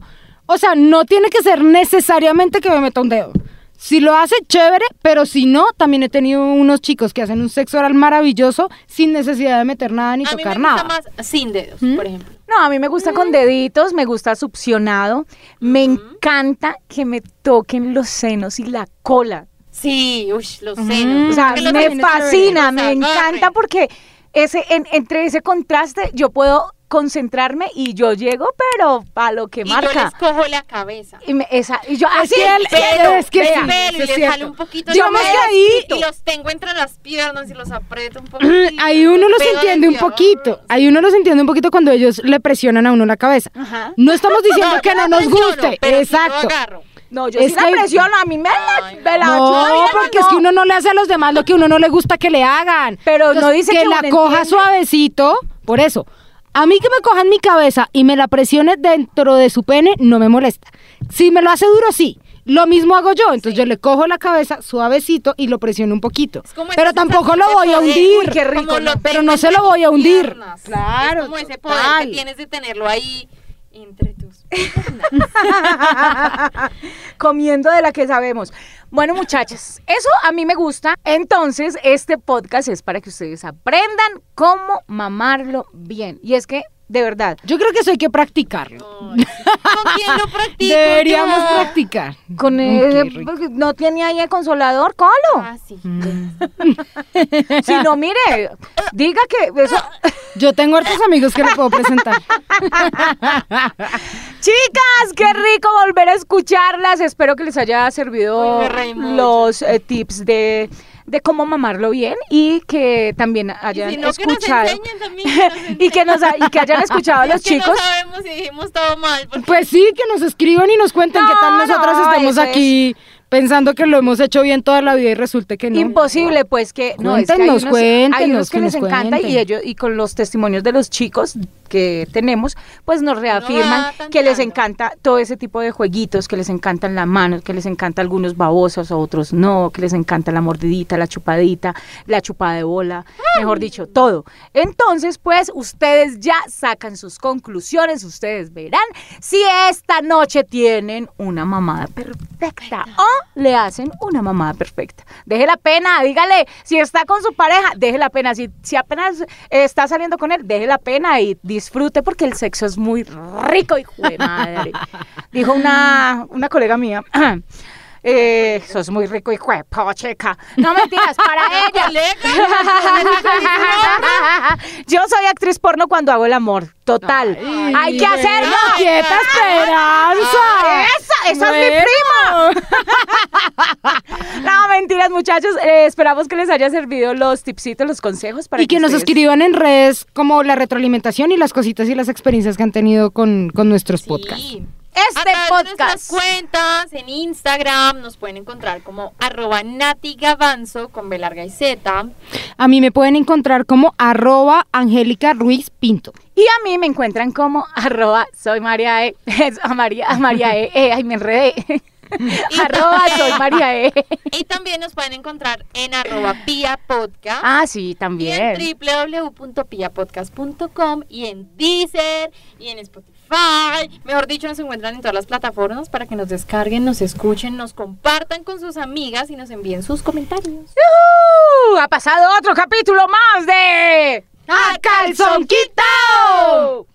[SPEAKER 5] o sea, no tiene que ser necesariamente que me meta un dedo. Si lo hace, chévere, pero si no, también he tenido unos chicos que hacen un sexo oral maravilloso sin necesidad de meter nada ni
[SPEAKER 4] A mí me
[SPEAKER 5] tocar
[SPEAKER 4] gusta
[SPEAKER 5] nada.
[SPEAKER 4] más sin dedos,
[SPEAKER 5] ¿Mm?
[SPEAKER 4] por ejemplo.
[SPEAKER 3] No, a mí me gusta
[SPEAKER 4] Mm.
[SPEAKER 3] con deditos, me gusta succionado. Me encanta que me toquen los senos y la cola.
[SPEAKER 4] Sí, uy, los
[SPEAKER 5] Mm.
[SPEAKER 4] senos.
[SPEAKER 3] O sea,
[SPEAKER 4] Que los
[SPEAKER 3] me
[SPEAKER 4] senos
[SPEAKER 3] fascina, me
[SPEAKER 4] chéveres, los agarren.
[SPEAKER 3] encanta porque ese, en- entre ese contraste yo puedo concentrarme y yo llego, pero a lo que
[SPEAKER 4] Y
[SPEAKER 3] marca.
[SPEAKER 4] yo les cojo la cabeza.
[SPEAKER 3] Y, me- esa, y yo así,
[SPEAKER 5] que él-
[SPEAKER 4] Pelo,
[SPEAKER 5] es que
[SPEAKER 4] pelo,
[SPEAKER 5] sí,
[SPEAKER 4] pelo, y
[SPEAKER 5] eso es
[SPEAKER 4] les
[SPEAKER 5] cierto.
[SPEAKER 4] jalo un poquito los
[SPEAKER 5] Digamos que ahí-
[SPEAKER 4] dedos y los tengo entre las piernas y los aprieto un poquito.
[SPEAKER 5] Ahí uno los
[SPEAKER 4] Pego
[SPEAKER 5] entiende un
[SPEAKER 4] desde abajo.
[SPEAKER 5] poquito. Ahí uno los entiende un poquito cuando ellos le presionan a uno la cabeza.
[SPEAKER 4] Ajá.
[SPEAKER 5] No estamos diciendo
[SPEAKER 4] No,
[SPEAKER 5] que
[SPEAKER 4] yo
[SPEAKER 5] no
[SPEAKER 4] la
[SPEAKER 5] nos
[SPEAKER 4] presiono,
[SPEAKER 5] guste.
[SPEAKER 4] pero si yo
[SPEAKER 5] Exacto.
[SPEAKER 4] agarro.
[SPEAKER 3] No, yo
[SPEAKER 5] Es
[SPEAKER 3] sí la
[SPEAKER 5] que-
[SPEAKER 3] presiono, a mí me la, me la
[SPEAKER 5] No,
[SPEAKER 3] chulo,
[SPEAKER 5] porque es que uno no le hace a los demás lo que uno no le gusta que le hagan.
[SPEAKER 3] Pero no dice que
[SPEAKER 5] la
[SPEAKER 3] uno
[SPEAKER 5] coja
[SPEAKER 3] entiende.
[SPEAKER 5] suavecito. Por eso, a mí que me cojan mi cabeza y me la presione dentro de su pene no me molesta. Si me lo hace duro, sí. Lo mismo hago yo. Entonces yo le cojo la cabeza suavecito y lo presiono un poquito.
[SPEAKER 4] como
[SPEAKER 5] Pero
[SPEAKER 4] esa
[SPEAKER 5] tampoco
[SPEAKER 4] sensación
[SPEAKER 5] lo
[SPEAKER 4] de
[SPEAKER 5] voy a
[SPEAKER 4] poder.
[SPEAKER 5] hundir.
[SPEAKER 4] Uy, qué rico, Como lo ¿no?
[SPEAKER 5] Pero
[SPEAKER 4] tengo
[SPEAKER 5] no se lo
[SPEAKER 4] entre
[SPEAKER 5] voy a
[SPEAKER 4] tus
[SPEAKER 5] hundir.
[SPEAKER 4] piernas.
[SPEAKER 5] Claro,
[SPEAKER 4] Es como ese poder
[SPEAKER 5] total.
[SPEAKER 4] que tienes de tenerlo ahí entre tus
[SPEAKER 3] comiendo de la que sabemos. Bueno, muchachas, eso a mí me gusta. Entonces, este podcast es para que ustedes aprendan cómo mamarlo bien. Y es que, de verdad,
[SPEAKER 5] Yo creo que eso hay que practicarlo.
[SPEAKER 4] ¿Con quién lo practico?
[SPEAKER 5] Deberíamos
[SPEAKER 4] yo?
[SPEAKER 5] practicar.
[SPEAKER 3] con
[SPEAKER 5] Ay,
[SPEAKER 3] el-
[SPEAKER 5] Mm, qué rico.
[SPEAKER 3] porque eh, pues, no tiene ahí el consolador, colo.
[SPEAKER 4] Ah, sí.
[SPEAKER 5] Mm.
[SPEAKER 3] Si no, mire, diga que eso.
[SPEAKER 5] Yo tengo otros amigos que le puedo presentar.
[SPEAKER 3] Chicas, qué rico volver a escucharlas. Espero que les haya servido
[SPEAKER 4] Uy, me reí mucho.
[SPEAKER 3] los eh, tips de, de cómo mamarlo bien y que también hayan
[SPEAKER 4] si no, que nos
[SPEAKER 3] escuchado
[SPEAKER 4] enseñen también, que nos
[SPEAKER 3] y que nos ha- y que hayan escuchado a
[SPEAKER 4] Es
[SPEAKER 3] los
[SPEAKER 4] que
[SPEAKER 3] chicos.
[SPEAKER 4] No sabemos si dijimos todo mal. porque-
[SPEAKER 5] Pues sí, que nos escriban y nos cuenten qué tal
[SPEAKER 3] No,
[SPEAKER 5] nosotras
[SPEAKER 3] no,
[SPEAKER 5] estemos
[SPEAKER 3] eso es-
[SPEAKER 5] aquí pensando que lo hemos hecho bien toda la vida y resulte que no.
[SPEAKER 3] Imposible, pues que no es que
[SPEAKER 5] Cuéntenos,
[SPEAKER 3] hay unos, hay
[SPEAKER 5] cuéntenos,
[SPEAKER 3] unos que,
[SPEAKER 5] que
[SPEAKER 3] les
[SPEAKER 5] nos
[SPEAKER 3] encanta y
[SPEAKER 5] cuenten.
[SPEAKER 3] ellos y con los testimonios de los chicos que tenemos, pues nos reafirman
[SPEAKER 4] tanteando.
[SPEAKER 3] que les encanta todo ese tipo de jueguitos, que les encantan la mano, que les encanta algunos babosos a otros no, que les encanta la mordidita, la chupadita, la chupada de bola, mejor dicho, todo. Entonces, pues ustedes ya sacan sus conclusiones, ustedes verán si esta noche tienen una mamada perfecta o le hacen una mamada perfecta. Deje la pena, dígale, si está con su pareja, deje la pena, si, si apenas está saliendo con él, deje la pena y disfrute porque el sexo es muy rico, hijo de madre. Dijo una, una colega mía. Eh, sos muy rico hijo de pocheca. No mentiras, para ella. Yo soy actriz porno cuando hago el amor. Total. Hay que hacerlo.
[SPEAKER 5] ¡Quieta esperanza!
[SPEAKER 3] ¡Esa! ¡Esa es mi prima! No, mentiras, muchachos. Eh, esperamos que les haya servido los tipsitos, los consejos para
[SPEAKER 5] Y que nos
[SPEAKER 3] ustedes-
[SPEAKER 5] escriban en redes como la retroalimentación y las cositas y las experiencias que han tenido con, con nuestros podcasts.
[SPEAKER 4] Sí. A
[SPEAKER 3] Este
[SPEAKER 4] través de nuestras
[SPEAKER 3] podcast.
[SPEAKER 4] cuentas en Instagram nos pueden encontrar como arroba Nati Gavanzo con B larga y Z.
[SPEAKER 5] A mí me pueden encontrar como arroba Angélica Ruiz Pinto.
[SPEAKER 3] Y a mí me encuentran como arroba soy María E. Es a María, a María E. Eh, ay, me enredé. arroba soy María E.
[SPEAKER 4] Y también nos pueden encontrar en arroba Pia Podcast.
[SPEAKER 3] Ah, sí,
[SPEAKER 4] Y en
[SPEAKER 3] también.
[SPEAKER 4] www.pillapodcast.com y en Deezer y en Spotify. Mejor dicho, nos encuentran en todas las plataformas para que nos descarguen, nos escuchen, nos compartan con sus amigas y nos envíen sus comentarios.
[SPEAKER 3] Uh, ha pasado otro capítulo más de...
[SPEAKER 4] ¡A calzón
[SPEAKER 3] quitado!